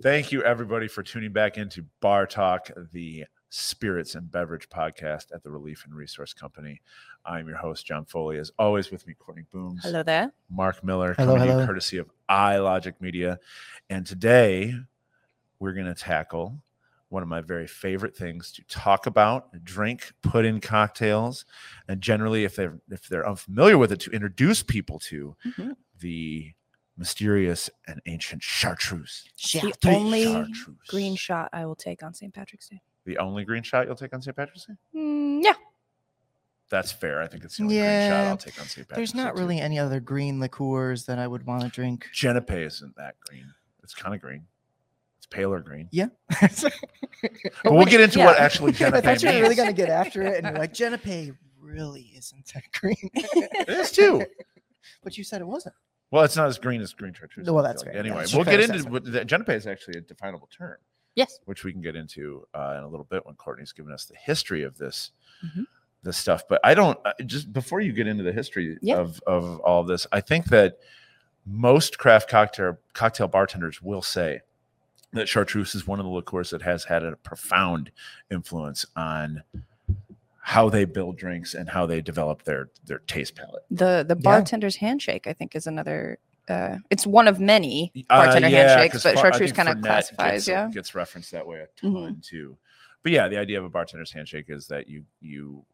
Thank you, everybody, for tuning back into Bar Talk, the spirits and beverage podcast at the Relief and Resource Company. I'm your host, John Foley. As always, with me, Courtney Booms, Hello there. Mark Miller, Hello, coming to you hello. courtesy of iLogic Media. And today, we're going to tackle one of my very favorite things to talk about drink put in cocktails and generally if they're if they're unfamiliar with it to introduce people to Mhm. the mysterious and ancient chartreuse The Chartreuse. only Chartreuse. green shot I will take on St. Patrick's Day. the only green shot you'll take on st patrick's day Mm, yeah. that's fair i think it's the only green shot Yeah, i'll take on st patrick's There's Day, not too. really any other green liqueurs that I would want to drink. Genepe isn't that green. It's kind of green. It's paler green. but But we'll get into what yeah. actually I thought Genepe you were really means. gonna get after it, and you're like, Genepe really isn't that green. It is too. but you said it wasn't. Well, it's not as green as green chartreuse. Well, I that's feel like. fair. Anyway, That's we'll fair get into assessment. what that Genepe is actually a definable term, Yes. which we can get into uh, in a little bit when Courtney's given us the history of this. Mhm. This stuff, but I don't. uh, Just before you get into the history Yeah. of of all this, I think that most craft cocktail cocktail bartenders will say that chartreuse is one of the liqueurs that has had a profound influence on how they build drinks and how they develop their their taste palette. The the Yeah. bartender's handshake, I think, is another. Uh, it's one of many Y- uh, bartender yeah, handshakes, 'cause but bar- I chartreuse think kind of Fernet classifies. gets, yeah. gets referenced that way a ton Mhm. too. But yeah, the idea of a bartender's handshake is that you you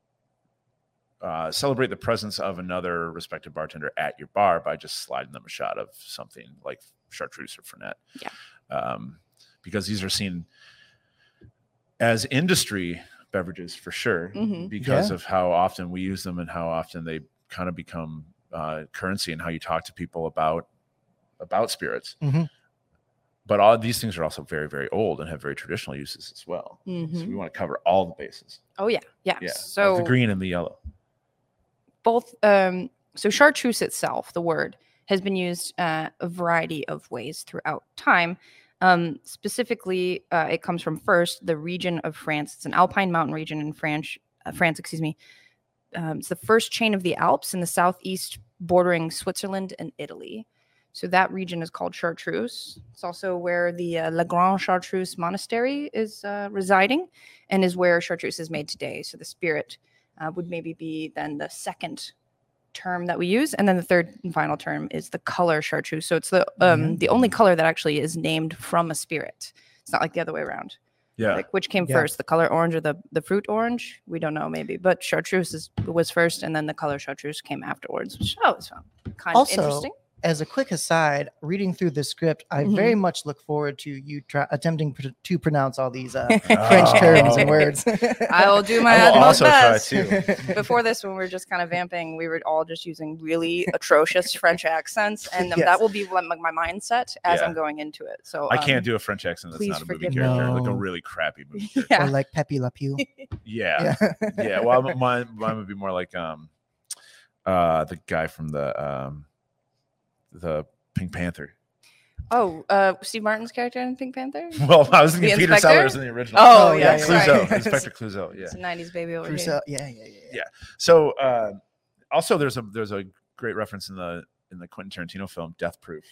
uh, celebrate the presence of another respected bartender at your bar by just sliding them a shot of something like chartreuse or fernet. Yeah. um, because these are seen as industry beverages for sure Mhm. because Yeah. of how often we use them and how often they kind of become uh, currency and how you talk to people about about spirits Mhm. but all these things are also very very old and have very traditional uses as well so Mhm. we want to cover all the bases Oh yeah, yeah. Mm-hmm. yeah both so the green and the yellow both um so chartreuse itself the word has been used uh, a variety of ways throughout time um specifically uh, it comes from first the region of france it's an alpine mountain region in france uh, france excuse me um, it's the first chain of the alps in the southeast bordering switzerland and italy so that region is called chartreuse it's also where the uh, la grande chartreuse monastery is uh, residing and is where chartreuse is made today so the spirit uh, would maybe be then the second term that we use and then the third and final term is the color chartreuse so it's the um Mhm. the only color that actually is named from a spirit it's not like the other way around yeah like which came Yeah. first the color orange or the the fruit orange we don't know maybe but chartreuse is, was first and then the color chartreuse came afterwards which i always found kind Also, of interesting As a quick aside, reading through this script, I Mhm. very much look forward to you try- attempting pr- to pronounce all these uh, French Oh. terms and words. i will do my i will utmost also try best too before this when we were just kind of vamping we were all just using really atrocious french accents and um, Yes. that will be like my, my mindset as Yeah. i'm going into it so i um, can't do a french accent that's please not a movie forgive me. character like a No. really crappy movie character. yeah Or like Pepe Le Pew. yeah yeah well I'm- mine mine would be more like um uh the guy from the um the pink panther Oh, uh, Steve Martin's character in Pink Panther? well i was thinking The peter inspector? sellers in the original Oh, Oh, yeah, yeah, yeah, yeah, sorry. Clouseau, right. inspector clouseau yeah It's a 90s baby over Crusoe. here. Yeah, yeah, yeah. Yeah. so uh also there's a there's a great reference in the in the quentin tarantino film death proof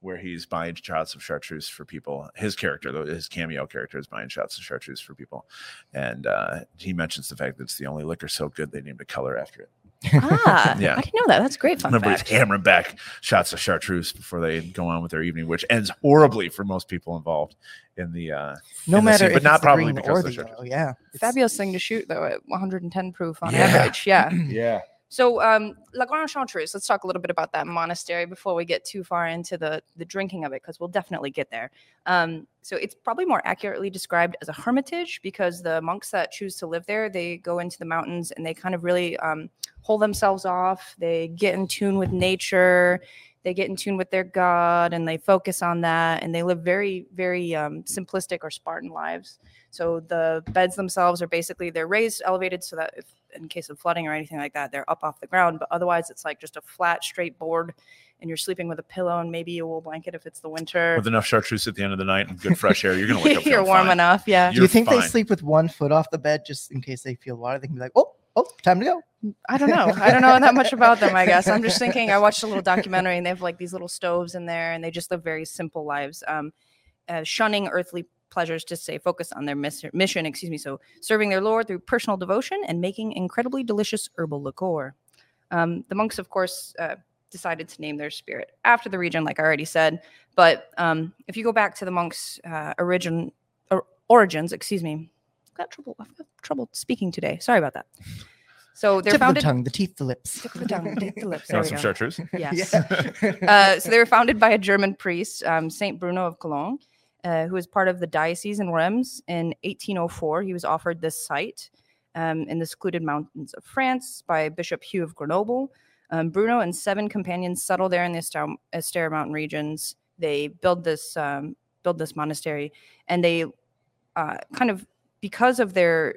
where he's buying shots of chartreuse for people his character though his cameo character is buying shots of chartreuse for people and uh he mentions the fact that it's the only liquor so good they named a color after it Ah, Yeah. I didn't know that. That's a great fun Everybody's fact. hammering back shots of chartreuse before they go on with their evening, which ends horribly for most people involved in the. Uh, No in the matter scene, if but it's not the probably green because or of the the chartreuse. yellow. Yeah. It's- Fabulous thing to shoot, though, at 110 proof on Yeah. average. Yeah. yeah, So, um, La Grande Chartreuse, let's talk a little bit about that monastery before we get too far into the, the drinking of it, because we'll definitely get there. Um, so, it's probably more accurately described as a hermitage because the monks that choose to live there, they go into the mountains and they kind of really um, hold themselves off. They get in tune with nature, they get in tune with their God, and they focus on that. And they live very, very um, simplistic or Spartan lives. So, the beds themselves are basically they're raised, elevated, so that if in case of flooding or anything like that, they're up off the ground. But otherwise, it's like just a flat, straight board, and you're sleeping with a pillow and maybe a wool blanket if it's the winter. with enough chartreuse at the end of the night and good fresh air, you're gonna wake up. you're feeling warm fine. enough, yeah. You- Do You're you think fine. they sleep with one foot off the bed just in case they feel water? They can be like, oh, oh, time to go. I don't know. I don't know that much about them. I guess I'm just thinking. I watched a little documentary, and they have like these little stoves in there, and they just live very simple lives. Um, uh, uh, shunning earthly pleasures to stay focused on their mis- mission, excuse me. So, serving their Lord through personal devotion and making incredibly delicious herbal liqueur. Um, the monks, of course, uh, decided to name their spirit after the region, like I already said. But um, if you go back to the monks' uh, origin, or origins, excuse me, I've got trouble. I've got trouble speking today. Sorry about that. So they're Tip of the founded. tongue, the teeth, the lips. Tip of the tongue, tip of the lips. You There want some we go. chartreuse? Yes. Yeah. Uh, so they were founded by a German priest, um, Saint Bruno of Cologne, uh, who was part of the diocese in Reims in 1804. He was offered this site um, in the secluded mountains of France by Bishop Hugh of Grenoble. Um, Bruno and seven companions settle there in the Estare, Estare mountain regions. They build this um, build this monastery, and they uh, kind of because of their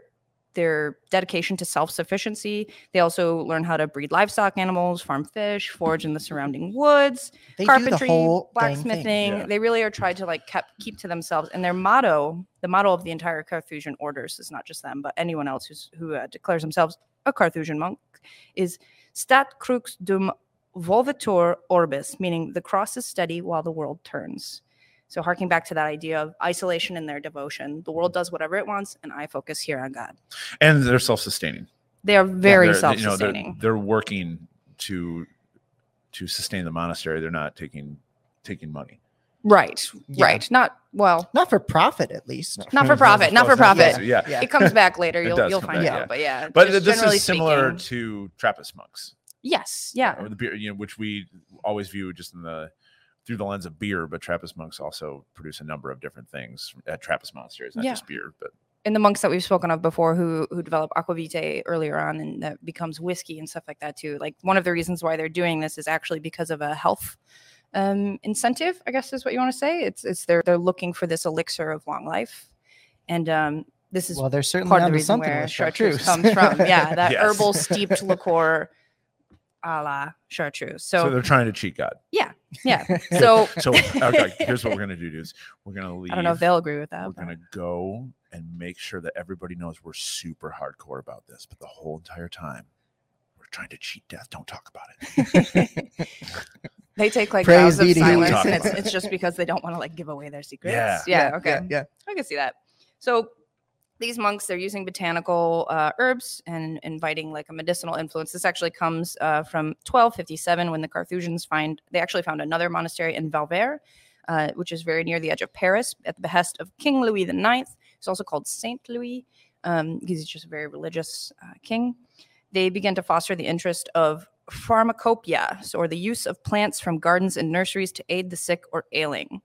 their dedication to self sufficiency, they also learn how to breed livestock animals, farm fish, forage in the surrounding woods They do the carpentry, whole dang blacksmithing. thing. Yeah. They really are tried to like kept, keep to themselves. And their motto, the motto of the entire Carthusian orders, is not just them, but anyone else who's, who uh, declares themselves a Carthusian monk, is "Stat crux dum volvitur orbis," meaning the cross is steady while the world turns. So, harking back to that idea of isolation and their devotion, the world does whatever it wants, and I focus here on God. and they're self-sustaining. They are very They're- they- you know, they're- self-sustaining. they're, working to to sustain the monastery. They're not taking taking money. right, Yeah. right. Not well. Not for profit, at least. Not for profit, not for Yeah, profit. so- yeah. Yeah. It comes back later. It You'll, does you'll come find back, out. yeah. But yeah, But just this generally is similar speaking- to Trappist monks. yes, yeah, or the beer, you know, which we always view just in the through the lens of beer, but Trappist monks also produce a number of different things at Trappist monasteries, not Yeah. just beer, but and the monks that we've spoken of before who who develop aquavitae earlier on and that becomes whiskey and stuff like that too like one of the reasons why they're doing this is actually because of a health um, incentive i guess is what you want to say it's it's they're they're looking for this elixir of long life and um this is Well, there's certainly part of the onto reason something where with chartreuse comes from yeah that Yes. herbal steeped liqueur a la chartreuse so, so, they're trying to cheat God. yeah so So okay, here's what we're gonna do, dudes. We're gonna leave. i don't know if they'll agree with that We're but- gonna go and make sure that everybody knows we're super hardcore about this, but the whole entire time we're trying to cheat death. Don't talk about it. They take like Praise vows be of to you. silence, Talk and it's, about it's just because they don't want to like give away their secrets. Yeah. okay, Yeah. yeah. I can see that. So these monks they're using botanical uh, herbs and inviting like a medicinal influence. This actually comes uh, from 1257 when the Carthusians find they actually found another monastery in Valverde, uh, which is very near the edge of Paris, at the behest of King Louis IX. It's also called Saint Louis um, because he's just a very religious uh, king. They began to foster the interest of pharmacopoeia, so, or the use of plants from gardens and nurseries to aid the sick or ailing.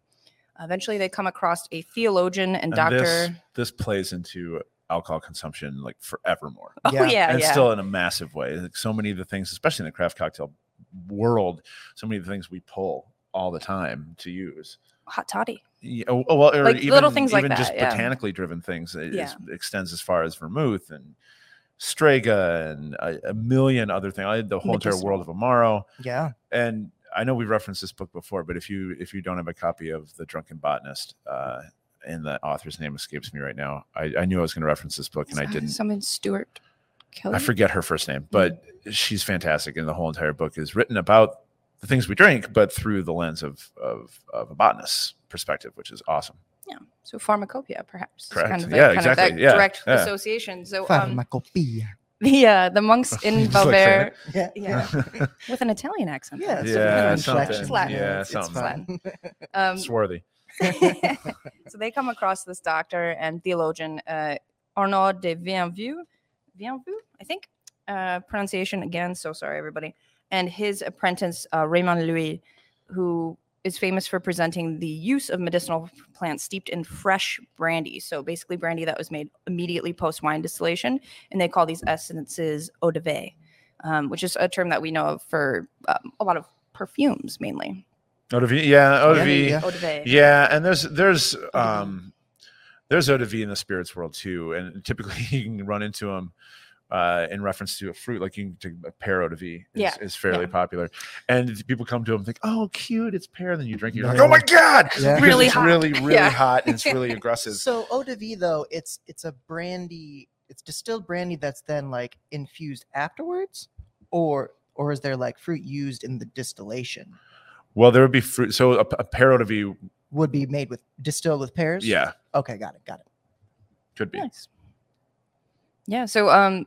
Eventually, they come across a theologian and, And doctor. this, this plays into alcohol consumption like forevermore. oh yeah, yeah. and still in a massive way. Like so many of the things, especially in the craft cocktail world, so many of the things we pull all the time to use. hot toddy. Yeah, oh, oh, well, or Like, even, little things like even that, just yeah. botanically driven things. It Yeah. is- extends as far as vermouth and Strega and a, a million other things. I had the whole entire Medicinal. world of Amaro. Yeah. And I know we've referenced this book before, but if you if you don't have a copy of The Drunken Botanist, uh, and the author's name escapes me right now, I, I knew I was going to reference this book and I didn't. Someone Stuart Kelly. I forget her first name, but she's fantastic, and the whole entire book is written about the things we drink, but through the lens of of, of a botanist's perspective, which is awesome. Yeah. So pharmacopoeia, perhaps. is Correct. Kind of Yeah, Kind Of exactly. that Yeah, Direct yeah. association. So um, Pharmacopoeia. the uh, the monks in Just like saying Valverde it. Yeah. yeah. with an Italian accent. Yeah. it's a Yeah, different something. inflection. Slatin. Yeah, it's, it's something. fun. Um, Swarthy. so they come across this doctor and theologian uh, Arnaud de Vienvue, Vienvue, I think. Uh, pronunciation again. So sorry, everybody. And his apprentice uh, Raymond Louis, who is famous for presenting the use of medicinal plants steeped in fresh brandy. So basically, brandy that was made immediately post wine distillation, and they call these essences eau de vie, um, which is a term that we know of for um, a lot of perfumes mainly. Eau de vie. Yeah, eau de vie. Yeah. yeah. Eau de vie. and there's there's de vie. um there's eau de vie in the spirits world too, and typically you can run into them. Uh, in reference to a fruit, like you can take a pear eau de vie is, Yeah, is fairly yeah. popular, and people come to them think, "Oh, cute, it's pear." Then you drink, it, you're like, No. "Oh my god, Yeah. Because Really it's hot. really really Yeah. hot and it's really aggressive." So eau de vie though, it's it's a brandy, it's distilled brandy that's then like infused afterwards, or or is there like fruit used in the distillation? Well, there would be fruit. So a, a pear eau de vie would be made with distilled with pears. Yeah, Okay, got it, got it. could be. Nice. Yeah. So, um,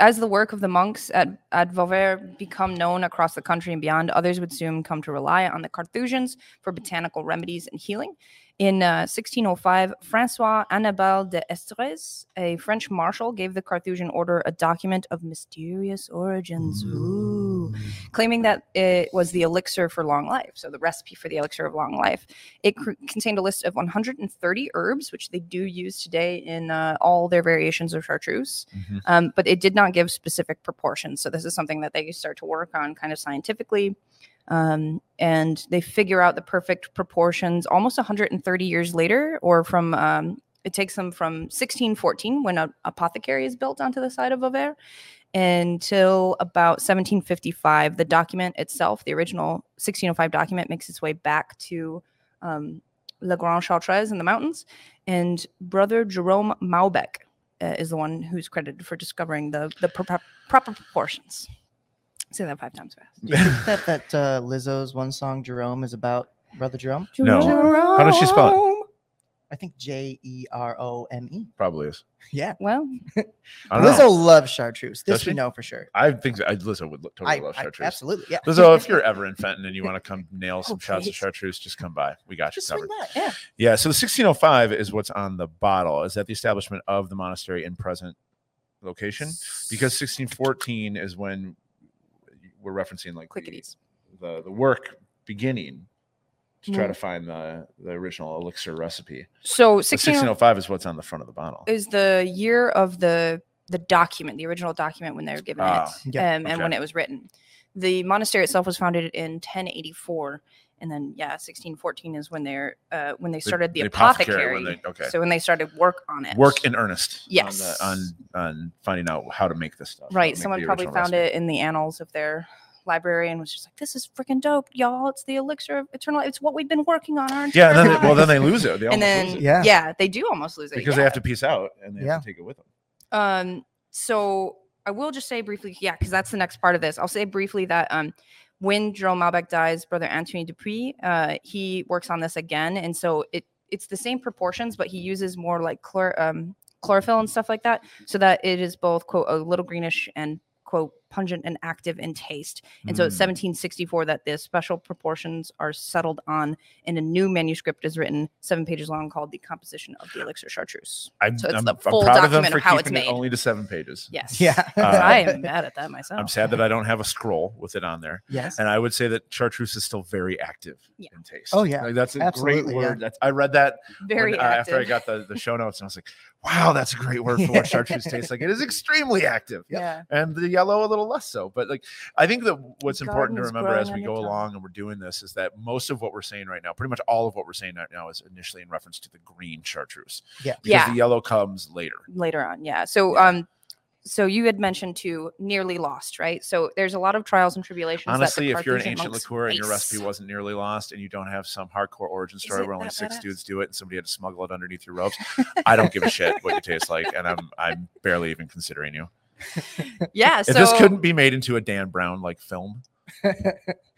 as the work of the monks at, at Vauvert become known across the country and beyond, others would soon come to rely on the Carthusians for botanical remedies and healing. In uh, 1605, Francois Annibal de Estres, a French marshal, gave the Carthusian order a document of mysterious origins, Ooh. claiming that it was the elixir for long life. So, the recipe for the elixir of long life. It cr- contained a list of 130 herbs, which they do use today in uh, all their variations of chartreuse Mhm. um, but it did not give specific proportions. So this is something that they start to work on kind of scientifically, um, and they figure out the perfect proportions almost 130 years later, or from um, it takes them from 1614 when an apothecary is built onto the side of Vauvert until about 1755. The document itself, the original 1605 document, makes its way back to um, La Grande Chartreuse in the mountains, and Brother Jerome Maubec uh, is the one who's credited for discovering the the pro- pro- proper proportions. Say that five times fast. Do you think that that uh, Lizzo's one song Jerome is about Brother Jerome? No. Jerome. How does she spell I think J E R O M E. Probably is. Yeah. Well, I don't Lizzo know. loves chartreuse. Does This we she? know for sure. I think I, Lizzo would lo- totally I, love I- chartreuse. absolutely. Yeah. Lizzo, if you're ever in Fenton and you want to come nail some Oh, shots of please. chartreuse, just come by. We got you Just swing covered. by. yeah. Yeah, so the 1605 is what's on the bottle. Is that the establishment of the monastery in present location? Because 1614 is when we're referencing like the, Quickities. the the work beginning to Mm-hmm. try to find the the original elixir recipe. So But 16 1605 is what's on the front of the bottle. oh is the year of the the document, the original document when they were given Ah, it, yeah, um, and when it was written. The monastery itself was founded in 1084, and then yeah, 1614 is when they're uh, when they They- started the, the apothecary. apothecary when they- okay. So when they started work on it, Work in earnest. Yes. On, the, on on finding out how to make this stuff. how to Right. make Someone the probably original found recipe. it in the annals of their library and was just like, "This is freaking dope, y'all! It's the elixir of eternal. It's what we've been working on our entire Yeah, and then they, well then lives." they lose it. They and almost then lose it yeah. Yeah. they do almost lose it because they yeah. have to piece out and they have to take it with them. Um, so I will just say briefly, yeah, because that's the next part of this. I'll say briefly that um, when Jerome Malbec dies, brother Anthony Dupuis, uh, he works on this again, and so it it's the same proportions, but he uses more like chlor um, chlorophyll and stuff like that, so that it is both quote a little greenish and quote pungent and active in taste. And Mm. so it's 1764 that the special proportions are settled on, and a new manuscript is written, seven pages long, called "The Composition of the Elixir Chartreuse." I'm, so it's I'm, the I'm full proud of them document for of how it's keeping it made. only to seven pages. Yes. Yeah. I Uh, am mad at that myself. I'm sad that I don't have a scroll with it on there. yes. And I would say that chartreuse is still very active Yeah. in taste. Oh, yeah. Like, that's a Absolutely, great yeah. word. That's, I read that when, Very uh, active. after I got the, the show notes and I was like, wow, that's a great word for what chartreuse tastes like. It is extremely active. Yeah. And the yellow a little less so. But like I think that what's important to Garden's remember growing as on we your go tongue. along and we're doing this is that most of what we're saying right now, pretty much all of what we're saying right now is initially in reference to the green chartreuse. Yeah. Because Yeah. the yellow comes later. Later on. Yeah. So um so you had mentioned too nearly lost, right? So there's a lot of trials and tribulations. Honestly, that the if you're an Carthusian ancient monks liqueur and your recipe face. wasn't nearly lost, and you don't have some hardcore origin story it where only that six badass? dudes do it and somebody had to smuggle it underneath your ropes, I don't give a shit what you taste like, and I'm I'm barely even considering you. yeah, so if this couldn't be made into a Dan Brown like film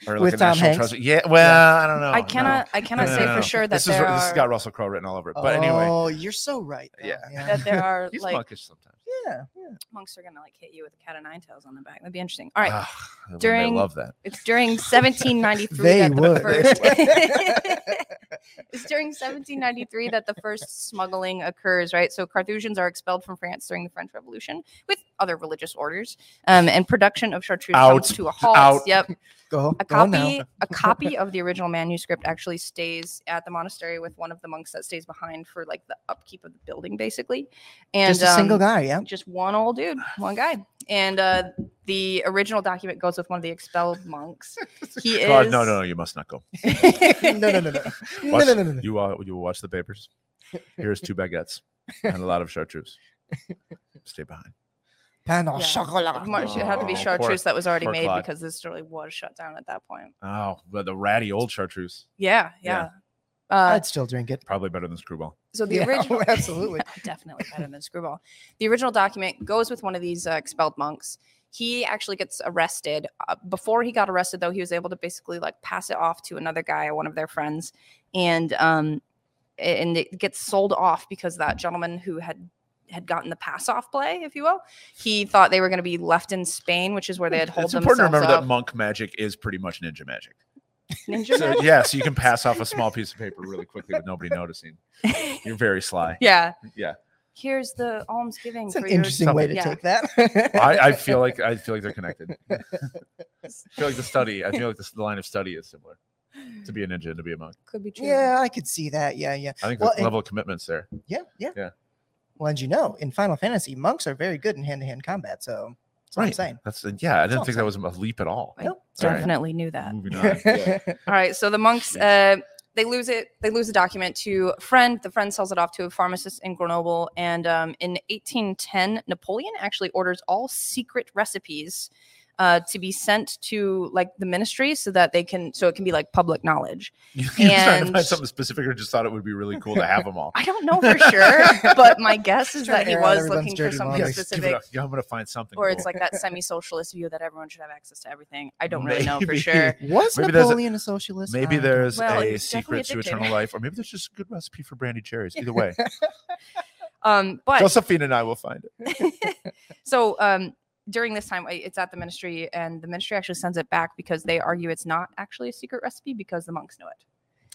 or With a Tom National Hanks? Treasure, yeah, well, I don't know. I oh, no. cannot I cannot No, no, say no, no. for sure that this is there this has are got Russell Crowe written all over it. But anyway, Oh, you're so right. though. Yeah. Yeah. that there are he's Oh, like monkish sometimes. yeah. monks are gonna like hit you with a cat of nine tails on the back. That'd be interesting. All right. Ah, women, they During- love that. It's during 1793 They that the would. first. They it's during 1793 that the first smuggling occurs, right? So Carthusians are expelled from France during the French Revolution with other religious orders, um, and production of chartreuse Out. comes to a halt. Out. Yep, Go. a go now. copy a copy of the original manuscript actually stays at the monastery with one of the monks that stays behind for like the upkeep of the building, basically. And Just a single um, guy. Yeah. just one old dude, one guy. And uh, the original document goes with one of the expelled monks. He is. God, no, no, no, you must not go. no, no, no, no. No, Watch- no, no, no, no. You uh, you will watch the papers. Here's two baguettes and a lot of chartreuse. Stay behind. Pan au Yeah. chocolat. Much it had to be Oh, chartreuse that was already poor made Claude. because this story was shut down at that point. Oh, but the ratty old chartreuse. Yeah, Yeah. yeah. Uh, I'd still drink it. Probably better than screwball. so the Yeah, oh, original, absolutely. Yeah, definitely better than screwball. The original document goes with one of these uh, expelled monks. He actually gets arrested. Uh, before he got arrested, though, he was able to basically like pass it off to another guy, one of their friends, and um, a- and it gets sold off because that gentleman who had had gotten the pass off play, if you will, he thought they were going to be left in Spain, which is where they had hold It's themselves important to remember up. that monk magic is pretty much ninja magic. Ninja So yeah, so you can pass off a small piece of paper really quickly with nobody noticing. magic? You're very sly. yeah. Yeah, Here's the almsgiving. It's an for your- interesting way to Yeah. take that. I, I feel like I feel like they're connected. I feel like the study. I feel like the, the line of study is similar. To be a ninja and to be a monk. Could be true. yeah, I could see that. Yeah, yeah, I think Well, the and- level of commitments there. yeah, yeah. Yeah. Well, and you know, in Final Fantasy, monks are very good in hand-to-hand combat. So that's what I'm Right. saying. That's yeah. I That's all didn't think that was a leap at all. Nope. All right. Definitely knew that. Moving on. Yeah. All right. So the monks, uh, they lose it. They lose the document to a friend. The friend sells it off to a pharmacist in Grenoble. And um, in 1810, Napoleon actually orders all secret recipes uh, to be sent to like the ministry so that they can, so it can be like public knowledge. You, you were trying to And- find something specific, or just thought it would be really cool to have them all. I don't know for sure, but my guess is Trying that to he air out was everyone's looking for dirty Yeah, something laundry. just give it specific. up. Yeah, I'm gonna find something. Or it's cool. like that semi-socialist view that everyone should have access to everything. I don't really know for Maybe. sure. Was Maybe there's a- Napoleon a, socialist? maybe I don't there's Well, a it's definitely a secret to dictator. eternal life, or maybe there's just a good recipe for brandy cherries. Either way, Um, but Josephine and I will find it. so um, during this time, I- it's at the ministry, and the ministry actually sends it back because they argue it's not actually a secret recipe because the monks know it.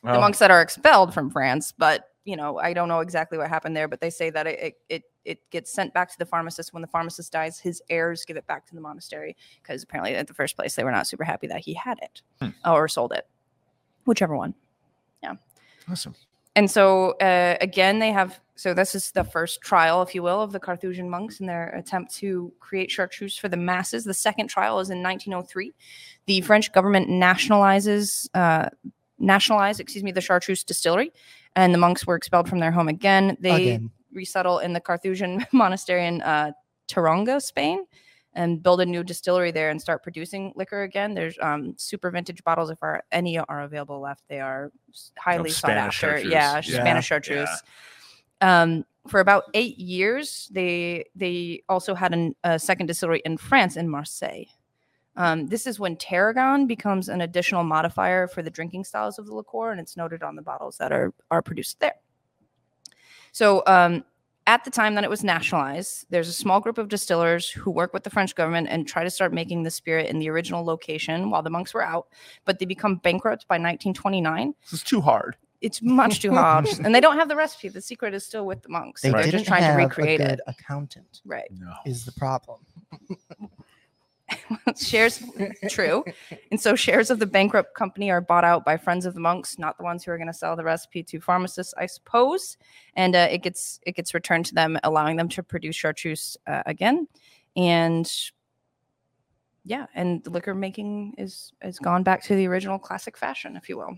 Oh. The monks that are expelled from France, but you know, I don't know exactly what happened there, but they say that it it it, it gets sent back to the pharmacist. When the pharmacist dies, his heirs give it back to the monastery because apparently at the first place they were not super happy that he had it or sold it, whichever one. awesome. And so uh, again, they have so this is the first trial, if you will, of the Carthusian monks in their attempt to create chartreuse for the masses. The second trial is in 1903. The French government nationalizes uh, nationalized, excuse me, the chartreuse distillery, and the monks were expelled from their home again. They Again. resettle in the Carthusian monastery in uh, Taronga, Spain, and build a new distillery there and start producing liquor again. There's um, super vintage bottles if are, any are available left. They are s- highly sought Spanish after. chartreuse. Yeah, Yeah. Spanish chartreuse. Um, for about eight years, they they also had an, a second distillery in France in Marseille. Um, this is when tarragon becomes an additional modifier for the drinking styles of the liqueur, and it's noted on the bottles that are are produced there. So um, at the time that it was nationalized, there's a small group of distillers who work with the French government and try to start making the spirit in the original location while the monks were out, but they become bankrupt by 1929. This is too hard. It's much too hard, and they don't have the recipe. The secret is still with the monks. They so they're didn't just trying have to recreate a good it. accountant. Right. No. Is the problem? shares true. And so shares of the bankrupt company are bought out by friends of the monks, not the ones who are going to sell the recipe to pharmacists, I suppose. And uh, it gets it gets returned to them, allowing them to produce chartreuse uh, again. And yeah, and the liquor making is has gone back to the original classic fashion, if you will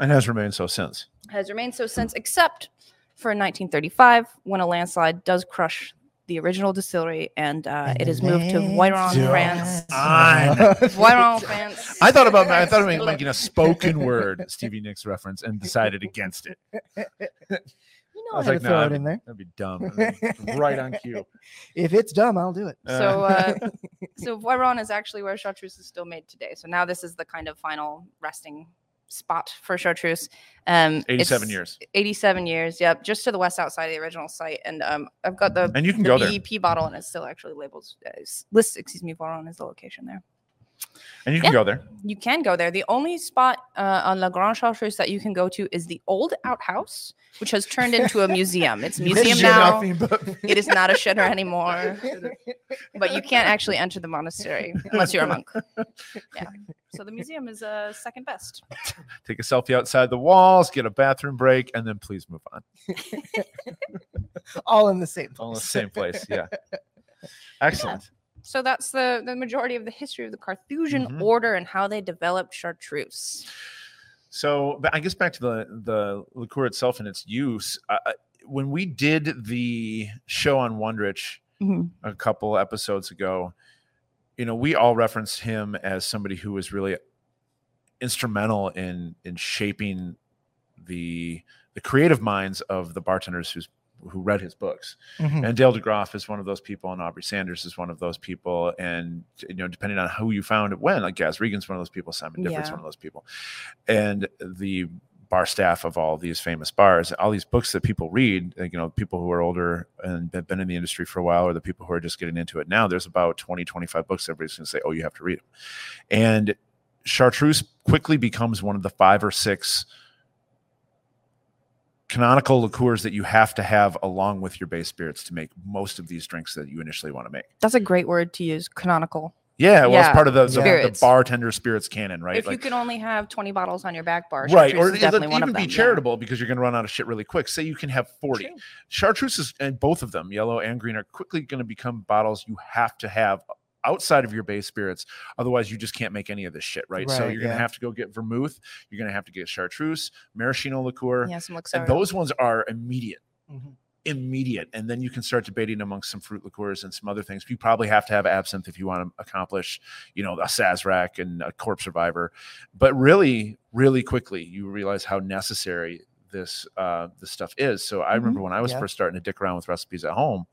And has remained so since. has remained so since, except for 1935 when a landslide does crush the original distillery and uh, And it the is moved to Voiron, landslide. France. Voiron, Voiron. France. I thought about I thought about making a spoken word Stevie Nicks reference and decided against it. You I know, I was had like, to throw nah, it in there. That'd be dumb. right on cue. If it's dumb, I'll do it. So, uh, so Voiron is actually where chartreuse is still made today. So now this is the kind of final resting spot for chartreuse. Um, it's 87 years. 87 years. Yep, just to the west outside of the original site. And um, I've got the And you can the go there. BEP bottle, and it still actually labels uh, s- lists. Excuse me, Voiron is the location there. And you can Yeah. go there. you can go there. The only spot uh, on La Grande Chartreuse that you can go to is the old outhouse, which has turned into a museum. It's a museum You're now. nothing but- It is not a shitter anymore, but you can't actually enter the monastery unless you're a monk. Yeah. So the museum is uh, second best. Take a selfie outside the walls, get a bathroom break, and then please move on. All in the same place. All in the same place. Yeah. Excellent. So that's the, the majority of the history of the Carthusian Mhm. order and how they developed chartreuse. So, but I guess back to the the liqueur itself and its use. Uh, uh, when we did the show on Wondrich Mhm. a couple episodes ago, you know, we all referenced him as somebody who was really instrumental in in shaping the the creative minds of the bartenders whose who read his books. Mhm. And Dale DeGroff is one of those people, and Aubrey Sanders is one of those people. And you know, depending on who you found it when, like Gaz Regan's one of those people, Simon Difford's Yeah. one of those people, and the bar staff of all these famous bars, all these books that people read, like, you know, people who are older and have been in the industry for a while, or the people who are just getting into it now, there's about 20, 25 books everybody's going to say, oh, you have to read them. And chartreuse quickly becomes one of the five or six canonical liqueurs that you have to have along with your base spirits to make most of these drinks that you initially want to make. That's a great word to use, canonical. Yeah, well, Yeah. it's part of the, the, the Spirits. bartender spirits canon, right? if you can only have 20 bottles on your back bar, right, chartreuse or is it- definitely one even of them. be yeah. charitable because you're going to run out of shit really quick. Say you can have 40. True. Chartreuse is, and both of them, yellow and green, are quickly going to become bottles you have to have outside of your base spirits. Otherwise, you just can't make any of this shit, right? so Right, you're going yeah. to have to go get vermouth. You're going to have to get chartreuse, maraschino liqueur. Yeah, some and Luxardo. those ones are immediate. Mhm. immediate and then you can start debating amongst some fruit liqueurs and some other things you probably have to have absinthe if you want to accomplish you know a sazerac and a corpse survivor but really really quickly you realize how necessary this uh this stuff is so i remember when i was Mm-hmm. Yeah. first starting to dick around with recipes at home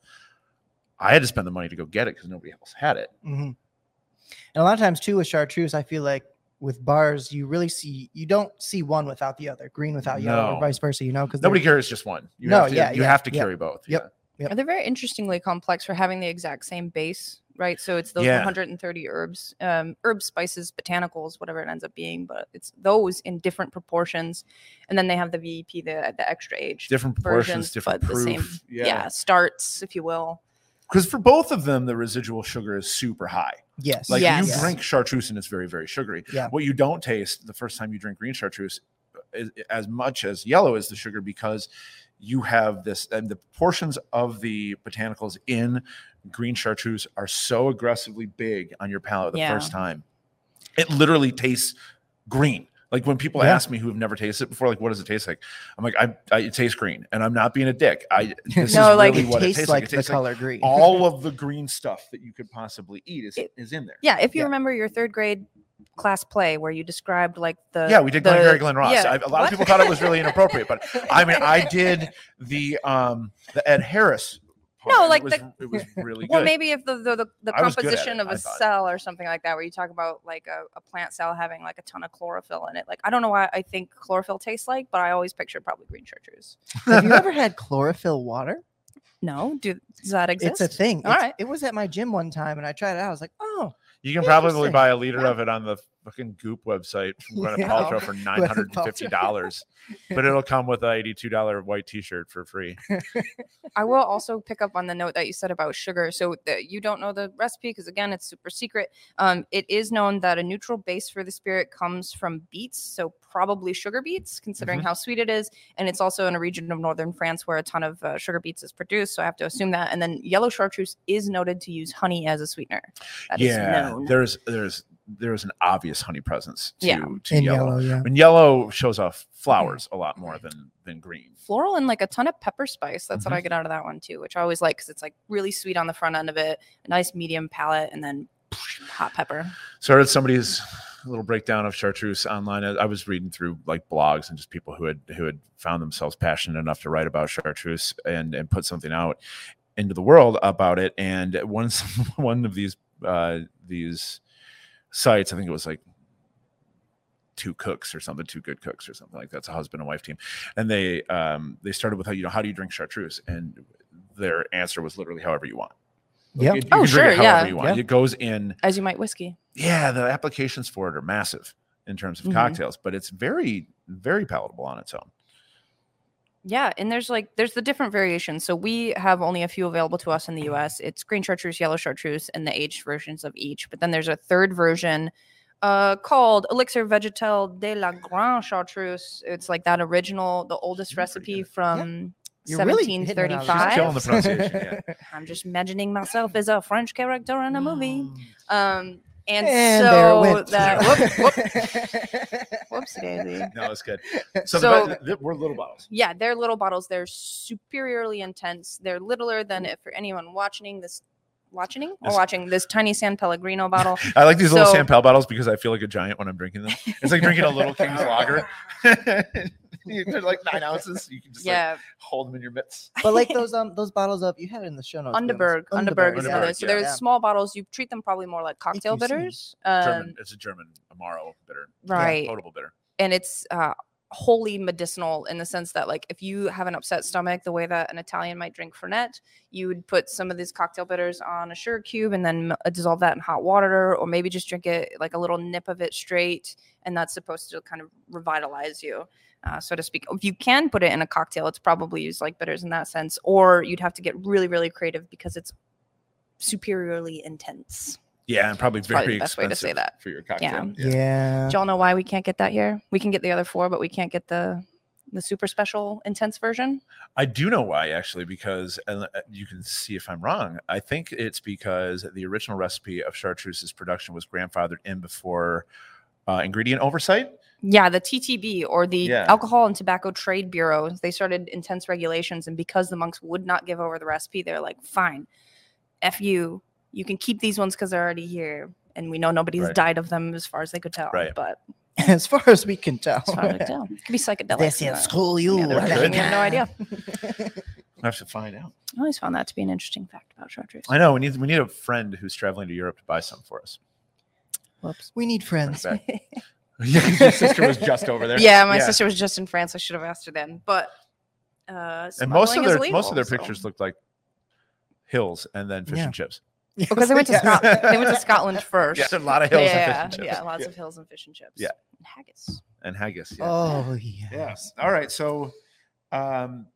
i had to spend the money to go get it because nobody else had it Mhm. And a lot of times too with chartreuse, I feel like with bars, you really see you don't see one without the other, green without yellow, No. or vice versa. You know, because nobody carries just one you No, have to, yeah, you yeah, have to yeah. carry both Yep. yeah. And They're very interestingly complex for having the exact same base, right? So it's those Yeah. 130 herbs, um, herbs, spices, botanicals, whatever it ends up being, but it's those in different proportions. And then they have the VEP, the, the extra age different proportions versions, different but proof the same, yeah. starts, if you will. because for both of them the residual sugar is super high Yes. Like Yes. you drink chartreuse and it's very, very sugary. Yeah. What you don't taste the first time you drink green chartreuse uh, is, as much as yellow is the sugar because you have this and the portions of the botanicals in green chartreuse are so aggressively big on your palate the Yeah. first time. It literally tastes green. Like when people Yeah. ask me who have never tasted it before, like what does it taste like? I'm like, I, I it tastes green, and I'm not being a dick. I this No, is like- really it what tastes it tastes like It the tastes color green. all of the green stuff that you could possibly eat is is It- in there. Yeah. If you Yeah. remember your third grade class play where you described like the. Yeah, we did the, Glengarry Glen Ross. yeah, I, a lot what? of people thought it was really inappropriate, but I mean, I did the um the Ed Harris. Part. No, and like it was, the- it was really good. Or maybe if the the, the, the I was good at composition it, of a I thought. cell or something like that, where you talk about like a, a plant cell having like a ton of chlorophyll in it. Like I don't know why I think chlorophyll tastes like, but I always picture probably green chartreuse. Have you ever had chlorophyll water? No, do, does that exist? It's a thing. All It's- right. It was at my gym one time, and I tried it out. I was like, oh, you can probably Interesting. buy a liter of it on the fucking Goop website from Gwyneth Yeah. Paltrow for nine hundred and fifty dollars, but it'll come with an eighty-two dollar white T-shirt for free. I will also pick up on the note that you said about sugar. So that you don't know the recipe because again, it's super secret. Um, it is known that a neutral base for the spirit comes from beets, so probably sugar beets, considering how sweet it is, and it's also in a region of northern France where a ton of uh, sugar beets is produced. So I have to assume that. And then yellow chartreuse is noted to use honey as a sweetener. That is known. there's there's there's an obvious honey presence to, Yeah. Mm-hmm. to in yellow. yellow, yeah. And yellow shows off flowers a lot more than than green. Floral and like a ton of pepper spice. That's what I get out of that one too, which I always like because it's like really sweet on the front end of it, a nice medium palate, and then hot pepper. So I read somebody's little breakdown of chartreuse online. I I was reading through like blogs and just people who had who had found themselves passionate enough to write about chartreuse and and put something out into the world about it. And one one of these uh, these sites, I think it was like two cooks or something, two good cooks or something like that's a husband and wife team. And they um, they started with how you know how do you drink chartreuse and their answer was literally however you want. Yep. You- you Oh, can drink it sure, however yeah. you want. Yeah. It goes in As you might whiskey. yeah, the applications for it are massive in terms of Mhm. cocktails, but it's very, very palatable on its own. Yeah, and there's like there's the different variations. So we have only a few available to us in the U.S. It's green chartreuse, yellow chartreuse, and the aged versions of each. But then there's a third version uh, called Elixir Vegetal de la Grande Chartreuse. It's like that original, the oldest Ooh, pretty recipe good. from You're really hitting it out of the park. She's 1735. killing the pronunciation. Yeah. I'm just imagining myself as a French character in a movie. Um, and, Mm. And there it so went. that whoop, whoop, whoopsie daisy. No, it's good. So, So- the, the, we're little bottles. yeah, they're little bottles. They're superiorly intense. They're littler than Mm. if for anyone watching this, watching or This- watching this tiny San Pellegrino bottle. I like these little So- San Pal bottles because I feel like a giant when I'm drinking them. It's like drinking a little King's Lager. They're like nine ounces. You can just like yeah, hold them in your mitts. But like those um those bottles of you had it in the show notes. Liam. Underberg, Underberg is Underberg, another. So yeah. there's Yeah. small bottles. You treat them probably more like cocktail you've seen bitters, German, um, it's a German Amaro bitter, right? potable bitter. and it's uh, wholly medicinal in the sense that, like, if you have an upset stomach, the way that an Italian might drink Fernet, you would put some of these cocktail bitters on a sugar cube and then m- dissolve that in hot water, or maybe just drink it like a little nip of it straight, and that's supposed to kind of revitalize you. Uh, so to speak, if you can put it in a cocktail, it's probably used like bitters in that sense, or you'd have to get really, really creative because it's superiorly intense. Yeah, and probably very probably the best way expensive to say that. for your cocktail. Yeah. yeah. Do y'all know why we can't get that here? We can get the other four, but we can't get the the super special intense version. I do know why actually, because and uh, you can see if I'm wrong. I think it's because the original recipe of chartreuse's production was grandfathered in before uh, ingredient oversight. Yeah, the TTB or the Yeah. Alcohol and Tobacco Trade Bureau, they started intense regulations. And because the monks would not give over the recipe, they're like, fine, F you. You can keep these ones because they're already here. And we know nobody's Right. died of them as far as they could tell. Right. But As far as we can tell. as far as I could tell, it could be psychedelic. This is cool. You. uh, yeah, there like could we have no that. idea. I have to find out. I always found that to be an interesting fact about chartreuse. I know we need we need a friend who's traveling to Europe to buy some for us. Whoops. we need friends. Back. Yeah, 'cause your sister was just over there. Yeah, my sister was just in France. I should have asked her then. But uh, And most of smuggling their is most of their illegal, so- pictures looked like hills and then fish Yeah. and chips. because they went to Yes. Scotland. They went to Scotland first. Yeah, a lot of Yeah, hills yeah, and fish and chips. yeah, lots of hills and fish and chips. Yeah. and haggis. and haggis. Yeah. Oh yes. Yes. All right. So, um,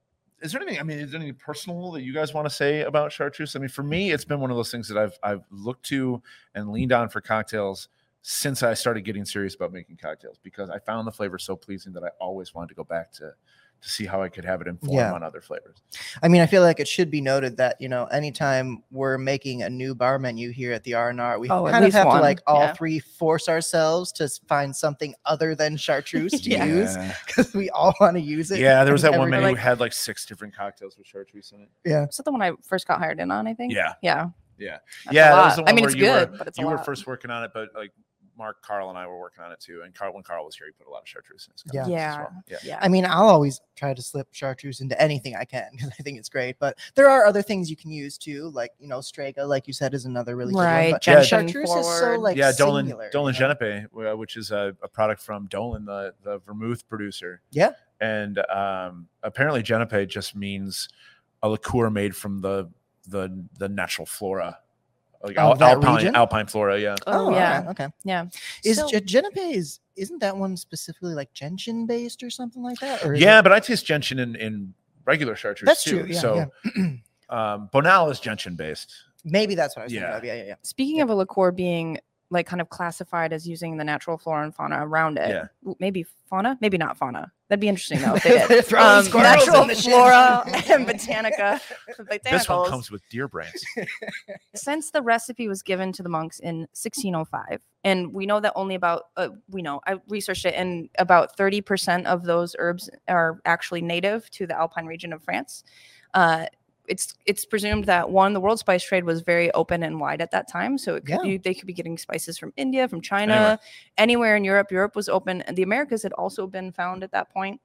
is there anything? I mean, is there anything personal that you guys want to say about chartreuse? I mean, for me, it's been one of those things that I've I've looked to and leaned on for cocktails since I started getting serious about making cocktails because I found the flavor so pleasing that I always wanted to go back to to see how I could have it inform Yeah. on other flavors. I mean, I feel like it should be noted that you know, anytime we're making a new bar menu here at the R and R, we Oh, at kind of least have one, to like all yeah. three force ourselves to s- find something other than chartreuse to Yeah. use because we all want to use it. Yeah, there was and that one everybody- man menu who had like six different cocktails with chartreuse in it. Is that the one I first got hired in on? I think. Yeah. Yeah. Yeah. That's a yeah, that was lot. the I one mean, where it's you were- good, but it's a you were lot. first working on it, but like Mark, Carl, and I were working on it too. And Carl, when Carl was here, he put a lot of chartreuse in his Yeah. cocktails as well. Yeah. Yeah. I mean, I'll always try to slip chartreuse into anything I can because I think it's great. But there are other things you can use too, like you know, Strega, like you said, is another really good Right, One, but Yeah. chartreuse is so forward. like yeah, Dolan singular, Dolan you know? Genepe, uh, which is a, a product from Dolan, the the vermouth producer. Yeah. and um, apparently Genepe just means a liqueur made from the the the natural flora, like Of al- Oh, that alpine region? alpine flora. Yeah, Oh, all yeah. right, okay. Yeah. Is So- so, Genepe is isn't that one specifically like gentian based or something like that? Or is yeah, it- but I taste gentian in, in regular chartreuse that's too. true. Yeah, so yeah. Um, Bonal is gentian based. Maybe that's what I was Yeah. thinking of. Yeah, yeah, yeah. Speaking Yeah. of a liqueur being like kind of classified as using the natural flora and fauna around it, Yeah. Ooh, maybe fauna, maybe not fauna. That'd be interesting though if they did. They're throwing Um, squirrels natural in the shit. flora and botanica. botanicals. This one comes with deer brains. since the recipe was given to the monks in 1605 and we know that only about uh, we know i researched it and about 30% of those herbs are actually native to the alpine region of france uh, it's it's presumed that one the world spice trade was very open and wide at that time so it could be, Yeah. they could be getting spices from india from china Anywhere. anywhere in europe europe was open and the americas had also been found at that point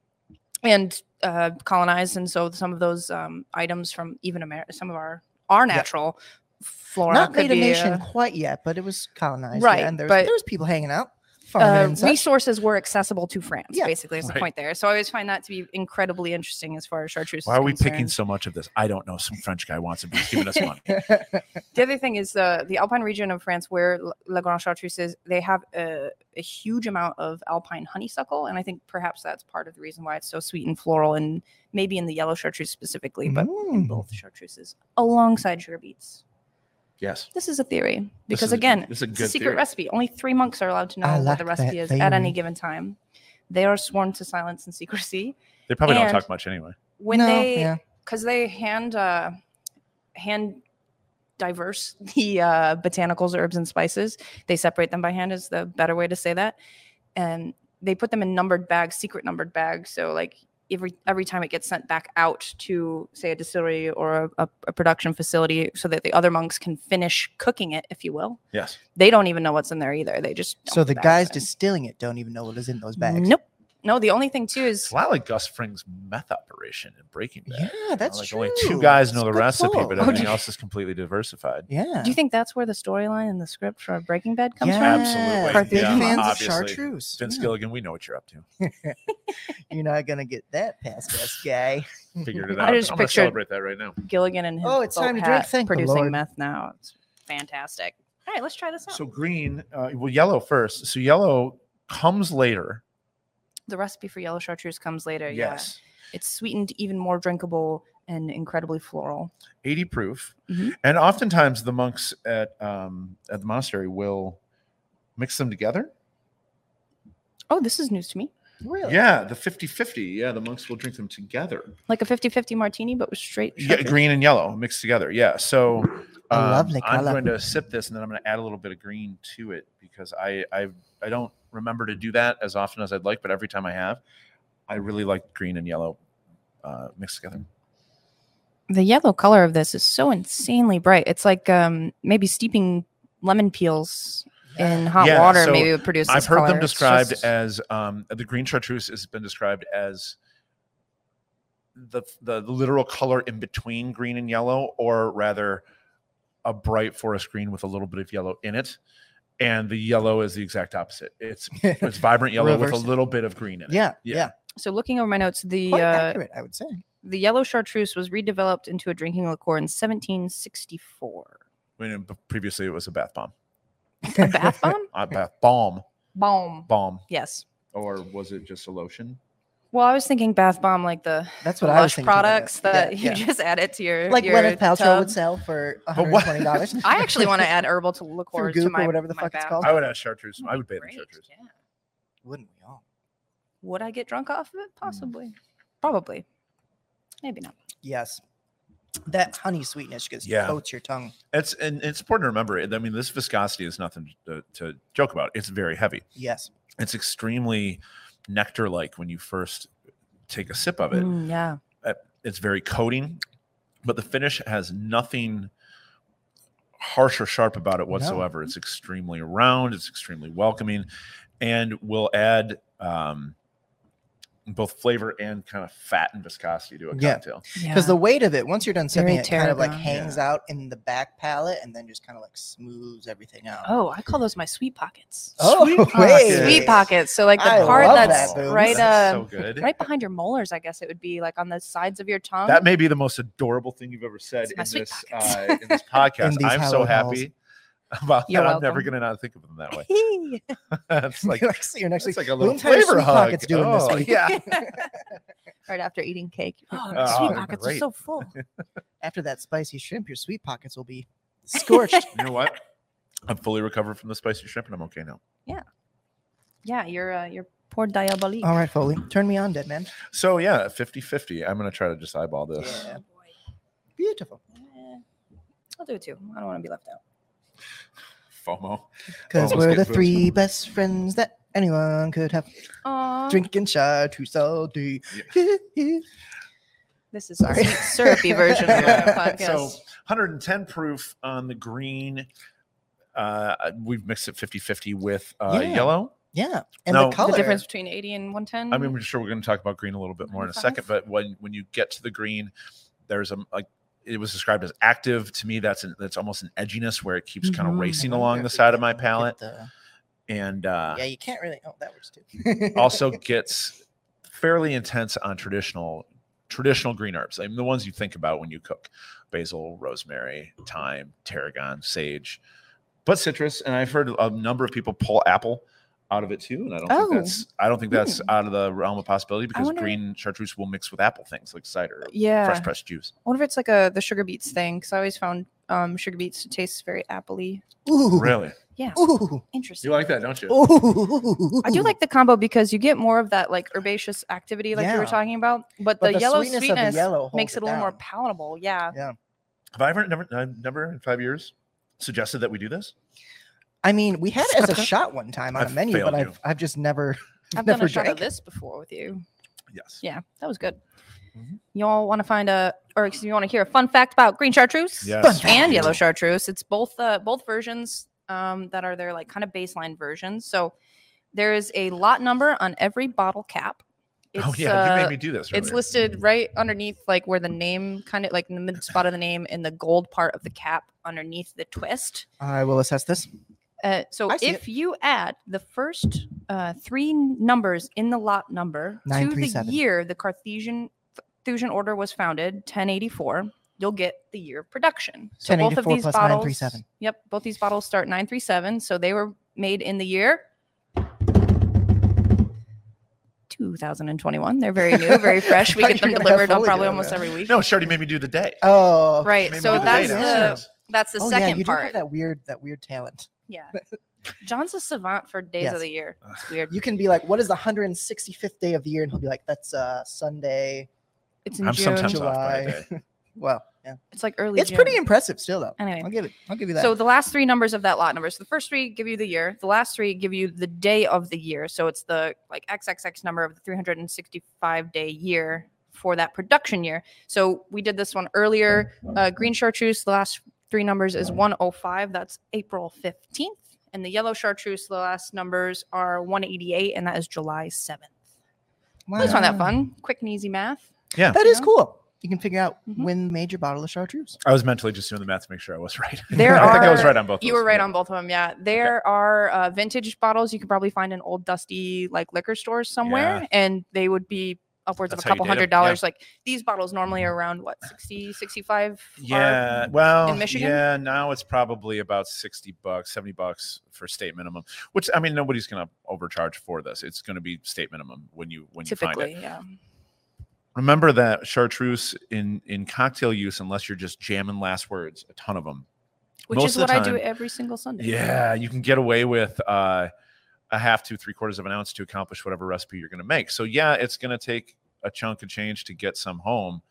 and uh, colonized and so some of those um, items from even Amer- some of our our Yeah. natural flora Not could made a be, nation uh, quite yet, but it was colonized. yeah, Right, and there was, but- there was people hanging out. farming uh, and such. resources were accessible to France, Yeah. basically, is the Right. point there. So I always find that to be incredibly interesting as far as chartreuse. Why is are we picking concerned. so much of this? I don't know. Some French guy wants it, but he's giving us one. The other thing is the the Alpine region of France, where L- La Grande Chartreuse is, they have a, a huge amount of Alpine honeysuckle, and I think perhaps that's part of the reason why it's so sweet and floral, and maybe in the yellow chartreuse specifically, but in Mm. both chartreuses alongside sugar beets. Yes. This is a theory This because is a- again, this is a it's a good secret theory. recipe. Only three monks are allowed to know I what the like that recipe is at any theory. given time. They are sworn to silence and secrecy. They probably And- don't talk much anyway. When No, they yeah. because they hand uh, hand diverse the uh, botanicals, herbs, and spices. They separate them by hand is the better way to say that, and they put them in numbered bags, secret numbered bags. So like every every time it gets sent back out to say a distillery or a, a, a production facility, so that the other monks can finish cooking it, if you will. Yes. They don't even know what's in there either. They just dump So the bags guys in. distilling it don't even know what is in those bags. Nope. No, the only thing too is It's a lot like Gus Fring's meth operation in Breaking Bad. Yeah, that's like true. only two guys That's know the a good recipe, pull. but Oh, everything yeah. else is completely diversified. yeah. do you think that's where the storyline and the script for Breaking Bad comes yeah. from? Absolutely. Perfect. Big Yeah, fans obviously. of chartreuse. Vince Yeah. Gilligan, we know what you're up to. You're not gonna get that past us, guy. Figured it I out. just I'm gonna pictured- celebrate that right now. Gilligan and his Oh, it's felt time to drink. hat Thank the producing Lord. meth now. It's fantastic. All right, let's try this out. So green, uh, well, yellow first. So yellow comes later. the recipe for yellow chartreuse comes later. Yeah. Yes. It's sweetened, even more drinkable, and incredibly floral. 80 proof. Mhm. And oftentimes the monks at um, at the monastery will mix them together. Oh, this is news to me. Really? Yeah, the 50-50. Yeah, the monks will drink them together. Like a 50 50 martini, but with straight. Yeah, chartreuse. green and yellow mixed together. Yeah. So A um, lovely I'm color. going to sip this and then I'm going to add a little bit of green to it because I I I don't remember to do that as often as I'd like, but every time I have, I really like green and yellow uh, mixed together. The yellow color of this is so insanely bright. It's like um, maybe steeping lemon peels in hot Yeah, water, so maybe would produce. I've this heard color. them It's described just- as um, the green chartreuse has been described as the, the the literal color in between green and yellow, or rather, a bright forest green with a little bit of yellow in it. And the yellow is the exact opposite. It's it's vibrant yellow with a Reverse. little bit of green in it. Yeah. Yeah. Yeah. So, looking over my notes, the Quite uh, accurate, I would say. the yellow chartreuse was redeveloped into a drinking liqueur in 1764. When it- previously it was a bath bomb, A bath bomb? uh, bath bomb, Bomb. bomb, Yes. or was it just a lotion? Well, I was thinking bath bomb, like the That's what I was lush thinking. about it. products that Yeah, you yeah. just add it to your like your Gwyneth Paltrow tub. would sell for But what- $120. I actually want to add herbal to liqueur Goop to or my whatever the my fuck it's bath. called. I would add chartreuse. I would bathe in Great, chartreuse. yeah. Wouldn't we all? Would I get drunk off of it? Possibly. Probably. Maybe not. Yes. That honey sweetness just Yeah. coats your tongue. It's and it's important to remember. I mean, this viscosity is nothing to, to joke about. It's very heavy. Yes. It's extremely nectar-like when you first take a sip of it. Mm, yeah. It's very coating, but the finish has nothing harsh or sharp about it whatsoever. It's extremely round. It's extremely welcoming, and will add um, both flavor and kind of fat and viscosity to a Yeah. cocktail. Because the weight of it, once you're done sipping, Very it kind of like tarragon. hangs out in the back palate and then just kind of like smooths everything out. Oh, I call those my sweet pockets. Oh, Sweet wait. pockets. Sweet pockets. So like the I part love that's that, Boone. right That's uh, so good. right behind your molars, I guess it would be like on the sides of your tongue. That may be the most adorable thing you've ever said It's in my sweet this, pockets. uh, in this podcast. In these I'm so hallowed halls. happy about You're that. I'm never welcome. going to not think of them that way. may- it's like Like, see you next it's week. like a little Boone Tyler's flavor Sweet hug. Pockets doing this Oh, week. yeah. right after eating cake. Oh, Oh, my sweet they're pockets great. are so full. After that spicy shrimp, your sweet pockets will be scorched. You know what? I'm fully recovered from the spicy shrimp and I'm okay now. Yeah, you're uh, you're poor diabolique. All right, Foley, turn me on, dead man. So, yeah, 50 50. I'm going to try to just eyeball this. Yeah. Oh, boy. Beautiful. Eh, I'll do it too. I don't want to be left out. FOMO. Because Almost we're the gets boozed. three best friends that anyone could have. Aw, Drinking chartreuse all day. This is Sorry. the sweet syrupy version of our Yeah, podcast. so 110 proof on the green. Uh, we've mixed it 50 50 with uh, Yeah. yellow. Yeah. And No. the The color. the difference between 80 and 110. I mean, we're sure we're going to talk about green a little bit more in a second, but when when you get to the green, there's a like it was described as active. To me, that's an, that's almost an edginess where it keeps kind of Mhm. racing I along wonder the if we side of can my look at palate, the- and uh, yeah, you can't really. Oh, that works too. also gets fairly intense on traditional traditional green herbs. I mean, the ones you think about when you cook: basil, rosemary, thyme, tarragon, sage, but citrus. And I've heard a number of people pull apple out of it too, and I don't Oh. think that's I don't think that's out of the realm of possibility because wonder- green chartreuse will mix with apple things like cider, yeah. fresh pressed juice. I wonder if it's like a the sugar beets thing because I always found um, sugar beets taste very appley. Ooh, Really, Yeah, Ooh, interesting. you like that, don't you? ooh. I do like the combo because you get more of that like herbaceous activity like you Yeah. were talking about, but, But the, yellow sweetness sweetness, of the yellow holds makes it a little more down. palatable. Yeah. Have I ever never I've never in five years suggested that we do this? I mean, we had it as a shot one time on a I've menu, but failed I've, you. I've just never. I've done never a shot drank of it. this before with you. Yes. Yeah, that was good. Mm-hmm. Mhm. Y'all want to find a, or excuse me, you want to hear a fun fact about green chartreuse? Yes. Oh, Fun and yellow chartreuse. It's both uh, both versions um, that are their like kind of baseline versions. So There is a lot number on every bottle cap. It's, oh yeah, uh, you made me do this. it's earlier. listed right underneath, like where the name kind of like in the mid spot of the name and the gold part of the cap underneath the twist. I will assess this. Uh, so I see it. if you add the first uh, three n- numbers in the lot number Nine, to three, the seven. year the Carthusian Carthusian order was founded, 1084, you'll get the year of production. So both of 1084 these plus bottles, 937. yep, both these bottles start 937, so they were made in the year 2021. They're very new, very fresh. We Thought get them you were gonna have delivered on Foley probably doing almost that. every week. No, Shardy made me do the day. Oh, Right, Made me so do the day that's downstairs. the that's the oh, yeah, second you do part. have that weird, that weird talent. Yeah. John's a savant for days Yes. of the year. It's weird. You can be like, "What is the 165th day of the year?" And he'll be like, "That's uh, Sunday." It's in I'm June. sometimes off by a July. day. Well, yeah, It's like early it's June. pretty impressive still, though. Anyway. I'll give it. I'll give you that. So the last three numbers of that lot number. So the first three give you the year. The last three give you the day of the year. So it's the like XXX number of the 365 day year for that production year. So we did this one earlier. Uh, green chartreuse, the last three numbers is 105. That's April 15th. And the yellow chartreuse, the last numbers are 188, and that is July 7th. wow. That's not that fun. Quick and easy math. That is Yeah. cool. You can figure out Mhm. when the major bottle of chartreuse. I was mentally just doing the math to make sure I was right. There I think I are- was right on both. of You those. were right Yeah. on both of them. Yeah. There are uh, vintage bottles you could probably find in old dusty like liquor stores somewhere, and they would be upwards That's of a how you couple date hundred 'em, yeah. Mm-hmm. dollars. Like these bottles normally are around what 60, 65 are- Yeah. Well, Michigan? yeah, now it's probably about 60 bucks, 70 bucks for state minimum, which I mean, nobody's going to overcharge for this. It's going to be state minimum when you, when you find typically. it. Yeah. Remember that chartreuse in, in cocktail use, unless you're just jamming last words, a ton of them. Which Most is of the what I do time- every single Sunday. Yeah. You can get away with, uh, a half to three quarters of an ounce to accomplish whatever recipe you're going to make. So yeah, it's going to take a chunk of change to get some home.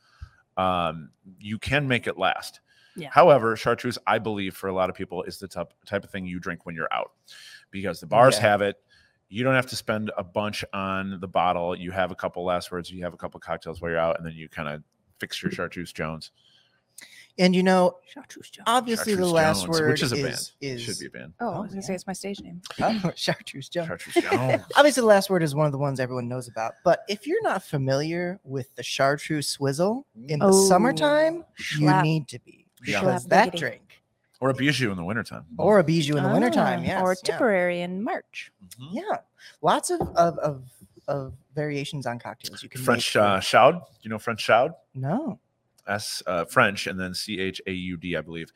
Um, you can make it last. Yeah. However, chartreuse, I believe for a lot of people is the type, type of thing you drink when you're out because the bars Yeah. have it. You don't have to spend a bunch on the bottle. You have a couple last words. You have a couple cocktails while you're out, and then you kind of fix your Mm. chartreuse Jones. And you know, Chartreuse Jones. obviously the Chartreuse last Jones, word which is a band. is, It should is be a band. Oh, I Oh, was gonna say it's my stage name. oh, chartreuse Jones. Chartreuse Jones. Obviously, the last word is one of the ones everyone knows about. But if you're not familiar with the chartreuse swizzle in the Oh, summertime, you schlap. need to be Yeah. because Schlap that biggity. drink or a bijou in the wintertime. or a bijou in the Ah, wintertime, yes, Or yeah. Tipperary in March. Mhm. Yeah, lots of of of, of variations on cocktails you can. make French with- uh, chaud. You know French chaud? no, S uh, French and then C H A U D, I believe,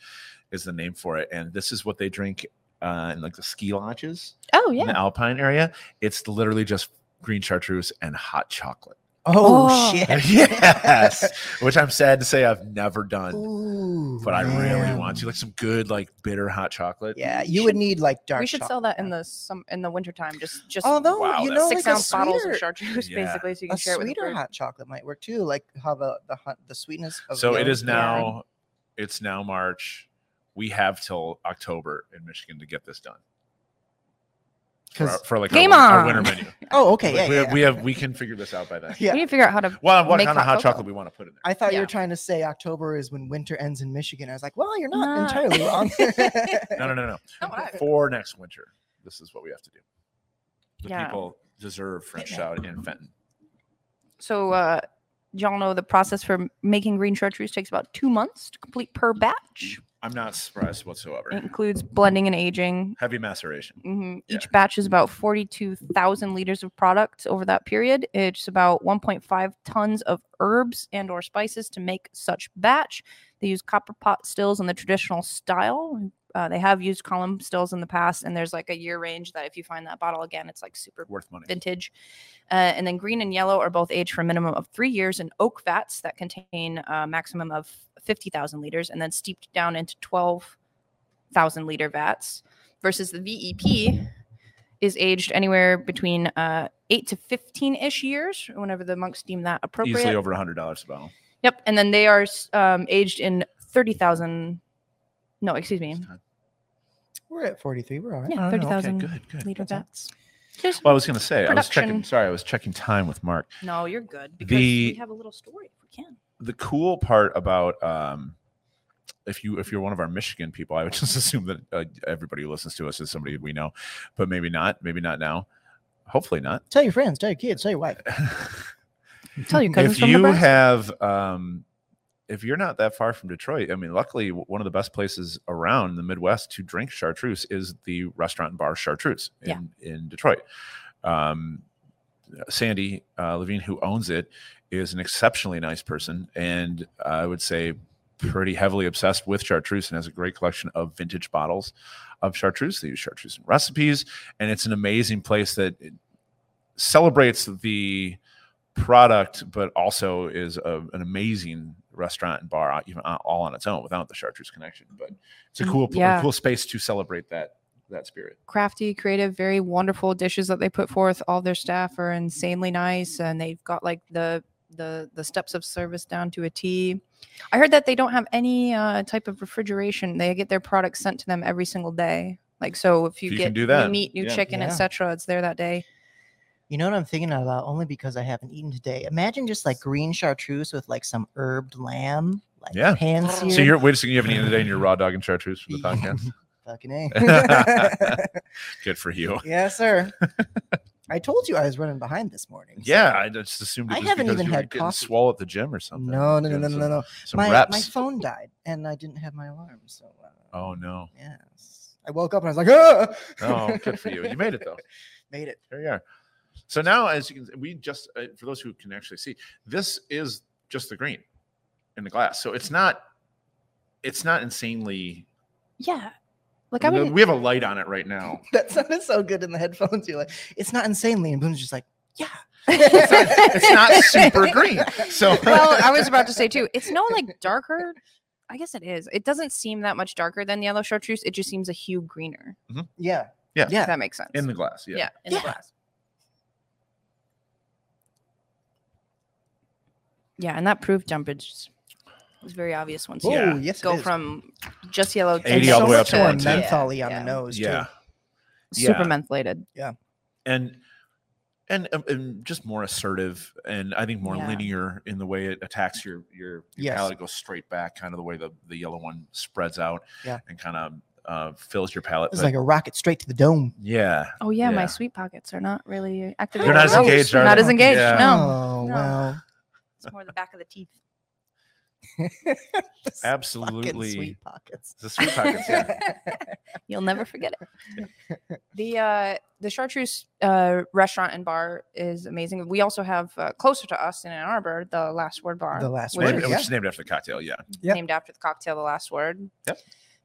is the name for it. And this is what they drink uh, in like the ski lodges Oh in yeah. the Alpine area. It's literally just green chartreuse and hot chocolate. oh, Oh. shit, yes, which I'm sad to say I've never done, Ooh, but I really want to. man. Like some good, like bitter hot chocolate. Yeah, We you would should- need like dark. We should sell chocolate. that in the some in the wintertime. Just just Although Wow, you that know, six like a ounce bottles of sweeter- chartreuse Yeah. basically, so you a can share it with sweeter a bird. hot chocolate might work too, like how the the hot, the sweetness of So it yellow- is yeah. now. It's now March. We have till October in Michigan to get this done for, 'Cause- our, for like Game our, win- our winter on. menu. Oh, okay, Like, yeah, we, yeah, have, we have we can figure this out by then. yeah. We Yeah. need to figure out how to. Well, what Make kind of hot hot cocoa. chocolate we want to put in there? I thought you Yeah. were trying to say October is when winter ends in Michigan. I was like, well, you're not Nah. entirely wrong. No, no, no, no. Not what I- For next winter, this is what we have to do. The Yeah. people deserve French Yeah. shout in Fenton. So, uh, y'all know the process for making green chartreuse takes about two months to complete per batch. I'm not surprised whatsoever. It includes blending and aging. Heavy maceration. Mhm. Yeah. Each batch is about 42,000 liters of product over that period. It's about 1.5 tons of herbs and or spices to make such batch. They use copper pot stills in the traditional style. Uh, they have used column stills in the past, and there's like a year range that if you find that bottle again, it's like super Worth money. vintage. Uh, and then green and yellow are both aged for a minimum of three years in oak vats that contain a maximum of 50,000 liters and then steeped down into 12,000 liter vats versus the VEP is aged anywhere between uh, 8 to 15 ish years, whenever the monks deem that appropriate. Easily over hundred dollars a bottle. Yep. And then they are s- um, aged in 30,000. No, excuse me. we're at 43. We're all right. Yeah, Oh, no, okay, 30,000 good, good. liter That's all. vats. There's- Well, I was going to say, I was checking. Production. Sorry, I was checking time with Mark. no, you're good because we The- have a little story if we can. The cool part about um, if you if you're one of our Michigan people, I would just assume that uh, everybody who listens to us is somebody we know, but maybe not. Maybe not now. Hopefully not. Tell your friends, tell your kids, tell your wife. Tell your cousins if from you Nebraska. have, um, if you're not that far from Detroit, I mean, luckily w- one of the best places around the Midwest to drink chartreuse is the restaurant and bar Chartreuse in, Yeah. in Detroit. Um, Sandy uh, Levine, who owns it, is an exceptionally nice person, and I would say pretty heavily obsessed with chartreuse and has a great collection of vintage bottles of chartreuse. They use chartreuse in recipes, and it's an amazing place that it celebrates the product, but also is a, an amazing restaurant and bar, even on- all on its own without the chartreuse connection. But it's a Mm, cool, pl- yeah. cool space to celebrate that that spirit. crafty, creative, very wonderful dishes that they put forth. All their staff are insanely nice, and they've got like the the the steps of service down to a T. I heard that they don't have any uh, type of refrigeration. They get their products sent to them every single day. Like so, if you, If you get can do new that, meat, new yeah. chicken, Yeah. etc., it's there that day. You know what I'm thinking about only because I haven't eaten today. Imagine just like green chartreuse with like some herbed lamb, like Yeah. pan So So seared. you're wait a second, you have any end of the day and you're raw dog and chartreuse for the podcast. fucking a. Good for you. yes, sir. I told you I was running behind this morning. so- Yeah, I just assumed. It I was haven't because even you were had getting coffee. swole at the gym or something. No, no, no, Doing no, no, some- no, no. Some My, reps. my phone died and I didn't have my alarm, so. Uh, oh no. Yes. I woke up and I was like, ah! Oh, good for you. You made it though. Made it. There you are. So now, as you can, we just uh, for those who can actually see, this is just the green in the glass. So it's not, it's not insanely. Yeah, like I wouldn't. we have a light on it right now. That sounded so good in the headphones. You're like, it's not insanely. And Boom's just like, yeah. It's not, it's not super green. So well, I was about to say too. It's no like darker. I guess it is. It doesn't seem that much darker than the yellow chartreuse. It just seems a hue greener. Yeah. Yeah. If Yeah. that makes sense. in the glass, yeah. yeah, in Yeah. the glass. Yeah, and that proof jumpage was very obvious once you Oh, Yeah. yes. it go is. from just yellow And 80 all the so way up much to more 110. mentholy on Yeah. the nose. yeah. Too. super Yeah. mentholated. and and, um, and just more assertive and i think more Yeah. linear in the way it attacks your your, your Yes. palate it goes straight back kind of the way the, the yellow one spreads out Yeah. and kind of uh, fills your palate It's but like a rocket straight to the dome. yeah Oh yeah, Yeah. my sweet pockets are not really activated. they're not as Oh, engaged are Not they? as engaged. Yeah. No, Oh, No. well. it's more the back of the teeth. This fucking absolutely Sweet pockets. the sweet pockets yeah. You'll never forget it. the uh, the Chartreuse uh, restaurant and bar is amazing. We also have uh, closer to us in Ann Arbor, the Last Word Bar. The Last which Word, Named- is which is named after the cocktail yeah Yep. named after the cocktail, The Last Word. Yep.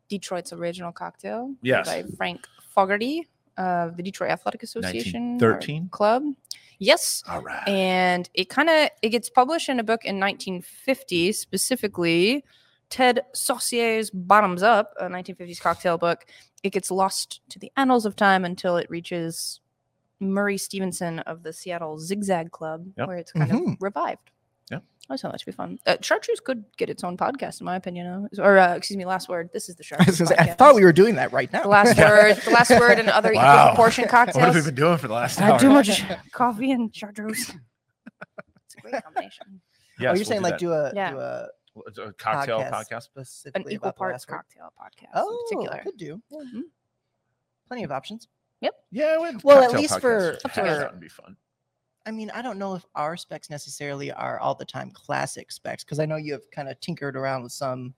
Detroit's original cocktail made Yes. by Frank Fogarty of the Detroit Athletic Association or 1913? Club. Yes. all right And it kind of it gets published in a book in 1950, specifically Ted Sausiere's Bottoms Up, a 1950s cocktail book. It gets lost to the annals of time until it reaches Murray Stevenson of the Seattle Zigzag Club, Yep. where it's kind Mhm. of revived. Yeah. Oh, so that should be fun. Uh, chartreuse could get its own podcast, in my opinion. uh, Or, uh, excuse me, last word. This is the I, was chartreuse. gonna say, I podcast. thought we were doing that right now. the last word, the last word, and other Wow. equal proportion cocktails. what have we been doing for the last I hour had too much coffee and chartreuse. it's a great combination. yes, oh, you're saying like do a, Yeah. do a do a cocktail podcast, An specifically equal about the parts last word? cocktail podcast Oh, in particular. could do. Yeah. Mhm. Plenty of options. yeah we had Well, at cocktail least podcasts for- the past, for- that would be fun I mean, I don't know if our specs necessarily are all the time classic specs because I know you have kind of tinkered around with some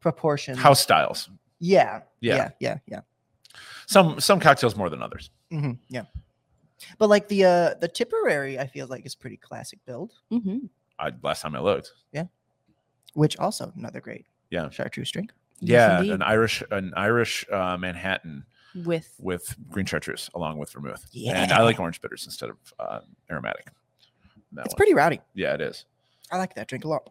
proportions. house styles Yeah. Yeah. Yeah. Yeah. Yeah. some some cocktails more than others hmm Yeah. But like the uh the Tipperary, I feel like is pretty classic build, Mm-hmm. I, last time i looked which also another great Yeah. chartreuse drink. yeah an irish an irish uh, manhattan With with green chartreuse along with vermouth. Yeah. And I like orange bitters instead of uh, aromatic. That it's one. pretty rowdy. yeah, it is. I like that drink a lot.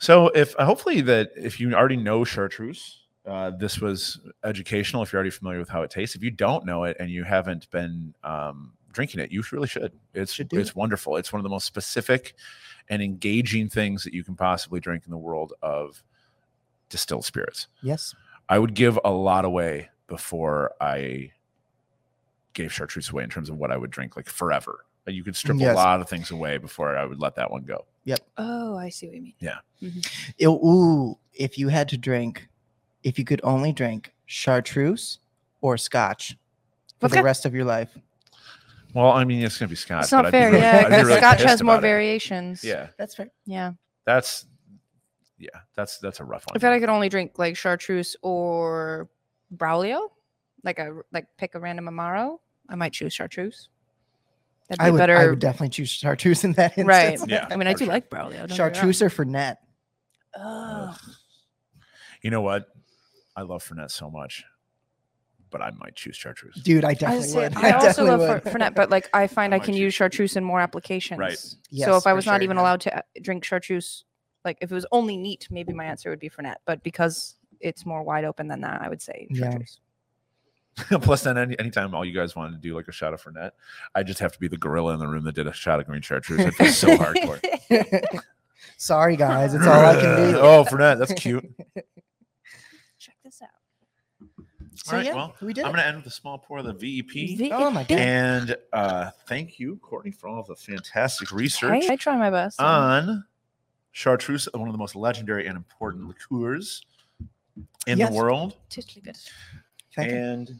So if uh, hopefully that if you already know chartreuse, uh, this was educational. If you're already familiar with how it tastes, if you don't know it and you haven't been um, drinking it, you really should. It's Should do it's it. wonderful. It's one of the most specific and engaging things that you can possibly drink in the world of distilled spirits. Yes. I would give a lot away before I gave chartreuse away in terms of what I would drink like forever. Like, You could strip Yes. a lot of things away before I would let that one go. oh, I see what you mean. Ew, ooh, if you had to drink, if you could only drink chartreuse or scotch for Okay. the rest of your life, Well, I mean, it's gonna be Scott. it's not but I'd be fair. really- yeah, I'd be 'cause really Scotch pissed has more about it. variations. Yeah, That's fair. Yeah. that's yeah, that's that's a rough one. In fact, I could only drink like chartreuse or Braulio, like a like pick a random Amaro. I might choose chartreuse. That'd be I would, better. I would definitely choose chartreuse in that instance. Right. Yeah. I mean, I for do sure. like Braulio. don't get me wrong. Chartreuse or Fernet. Ugh. Ugh. You know what? I love Fernet so much, but I might choose chartreuse. Dude, I I, definitely was would. saying, I also definitely love Fer- would. Fernet, but like I find I I, might can choose- use chartreuse in more applications. so if Yes, I for was not sure, even yeah. allowed to uh, drink chartreuse, like if it was only neat, maybe my answer would be Fernet. But because it's more wide open than that, I would say Yeah. chartreuse. Plus, then any, anytime all you guys wanted to do like a shot of Fernet, I just have to be the gorilla in the room that did a shot of green chartreuse. I'd feel so hardcore. Sorry, guys. It's all I can do. oh, Fernet, that's cute. Check this out. So, right, yeah, well, we did I'm it. going to end with a small pour of the VEP. Oh my God. And uh, thank you, Courtney, for all of the fantastic research I, I try my best. on chartreuse, one of the most legendary and important liqueurs in Yes. the world. Totally good. Thank you. and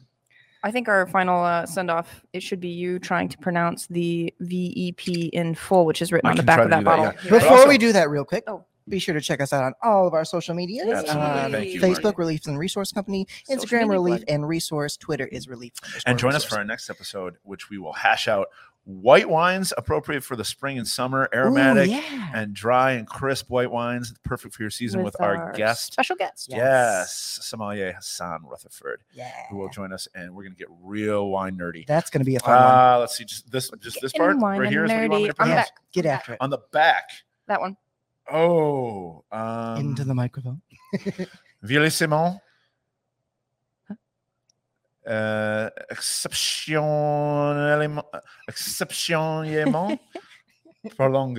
I think our final uh, send off it should be you trying to pronounce the VEP in full, which is written I on the can back try to of that do that, bottle. yeah. Here. But Before also- we do that, real quick, Oh. be sure to check us out on all of our social media. Absolutely. Thank you, Facebook Mark. Relief and Resource Company, Social Instagram media Relief plug. and Resource, Twitter is Relief. underscore and join us Resource. for our next episode, which we will hash out white wines appropriate for the spring and summer, Ooh, aromatic yeah. and dry and crisp white wines, perfect for your season with, our, guest, special guest. Yeah. yes, sommelier Hassan Rutherford, Yeah. who will join us, and we're gonna get real wine nerdy. That's going to be a fun one. Uh, let's see, just this, just this Getting part wine right and here is what you want me to nerdy. I'm pronounce? back. Get after it. on the back. That one. Oh, um, Into the microphone. Ville Simon. Uh, exceptionnellement, exceptionnellement prolongue.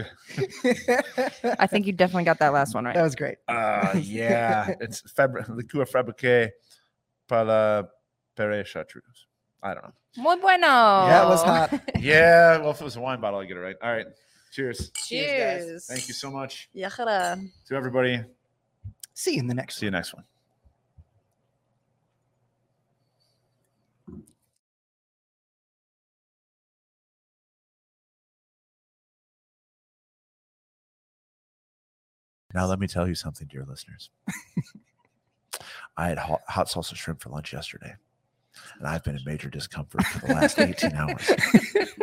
I think you definitely got that last one right. That was great. Ah, yeah, it's fabri- liqueur fabriqué par la Perret Chartreuse. I don't know. Muy bueno. That was hot. Yeah, well, if it was a wine bottle, I get it right. All right, cheers. guys. Cheers. Thank you so much Yajara. to everybody. See you in the next See you next one. Now, let me tell you something, dear listeners. I had hot, hot salsa shrimp for lunch yesterday, and I've been in major discomfort for the last 18 hours.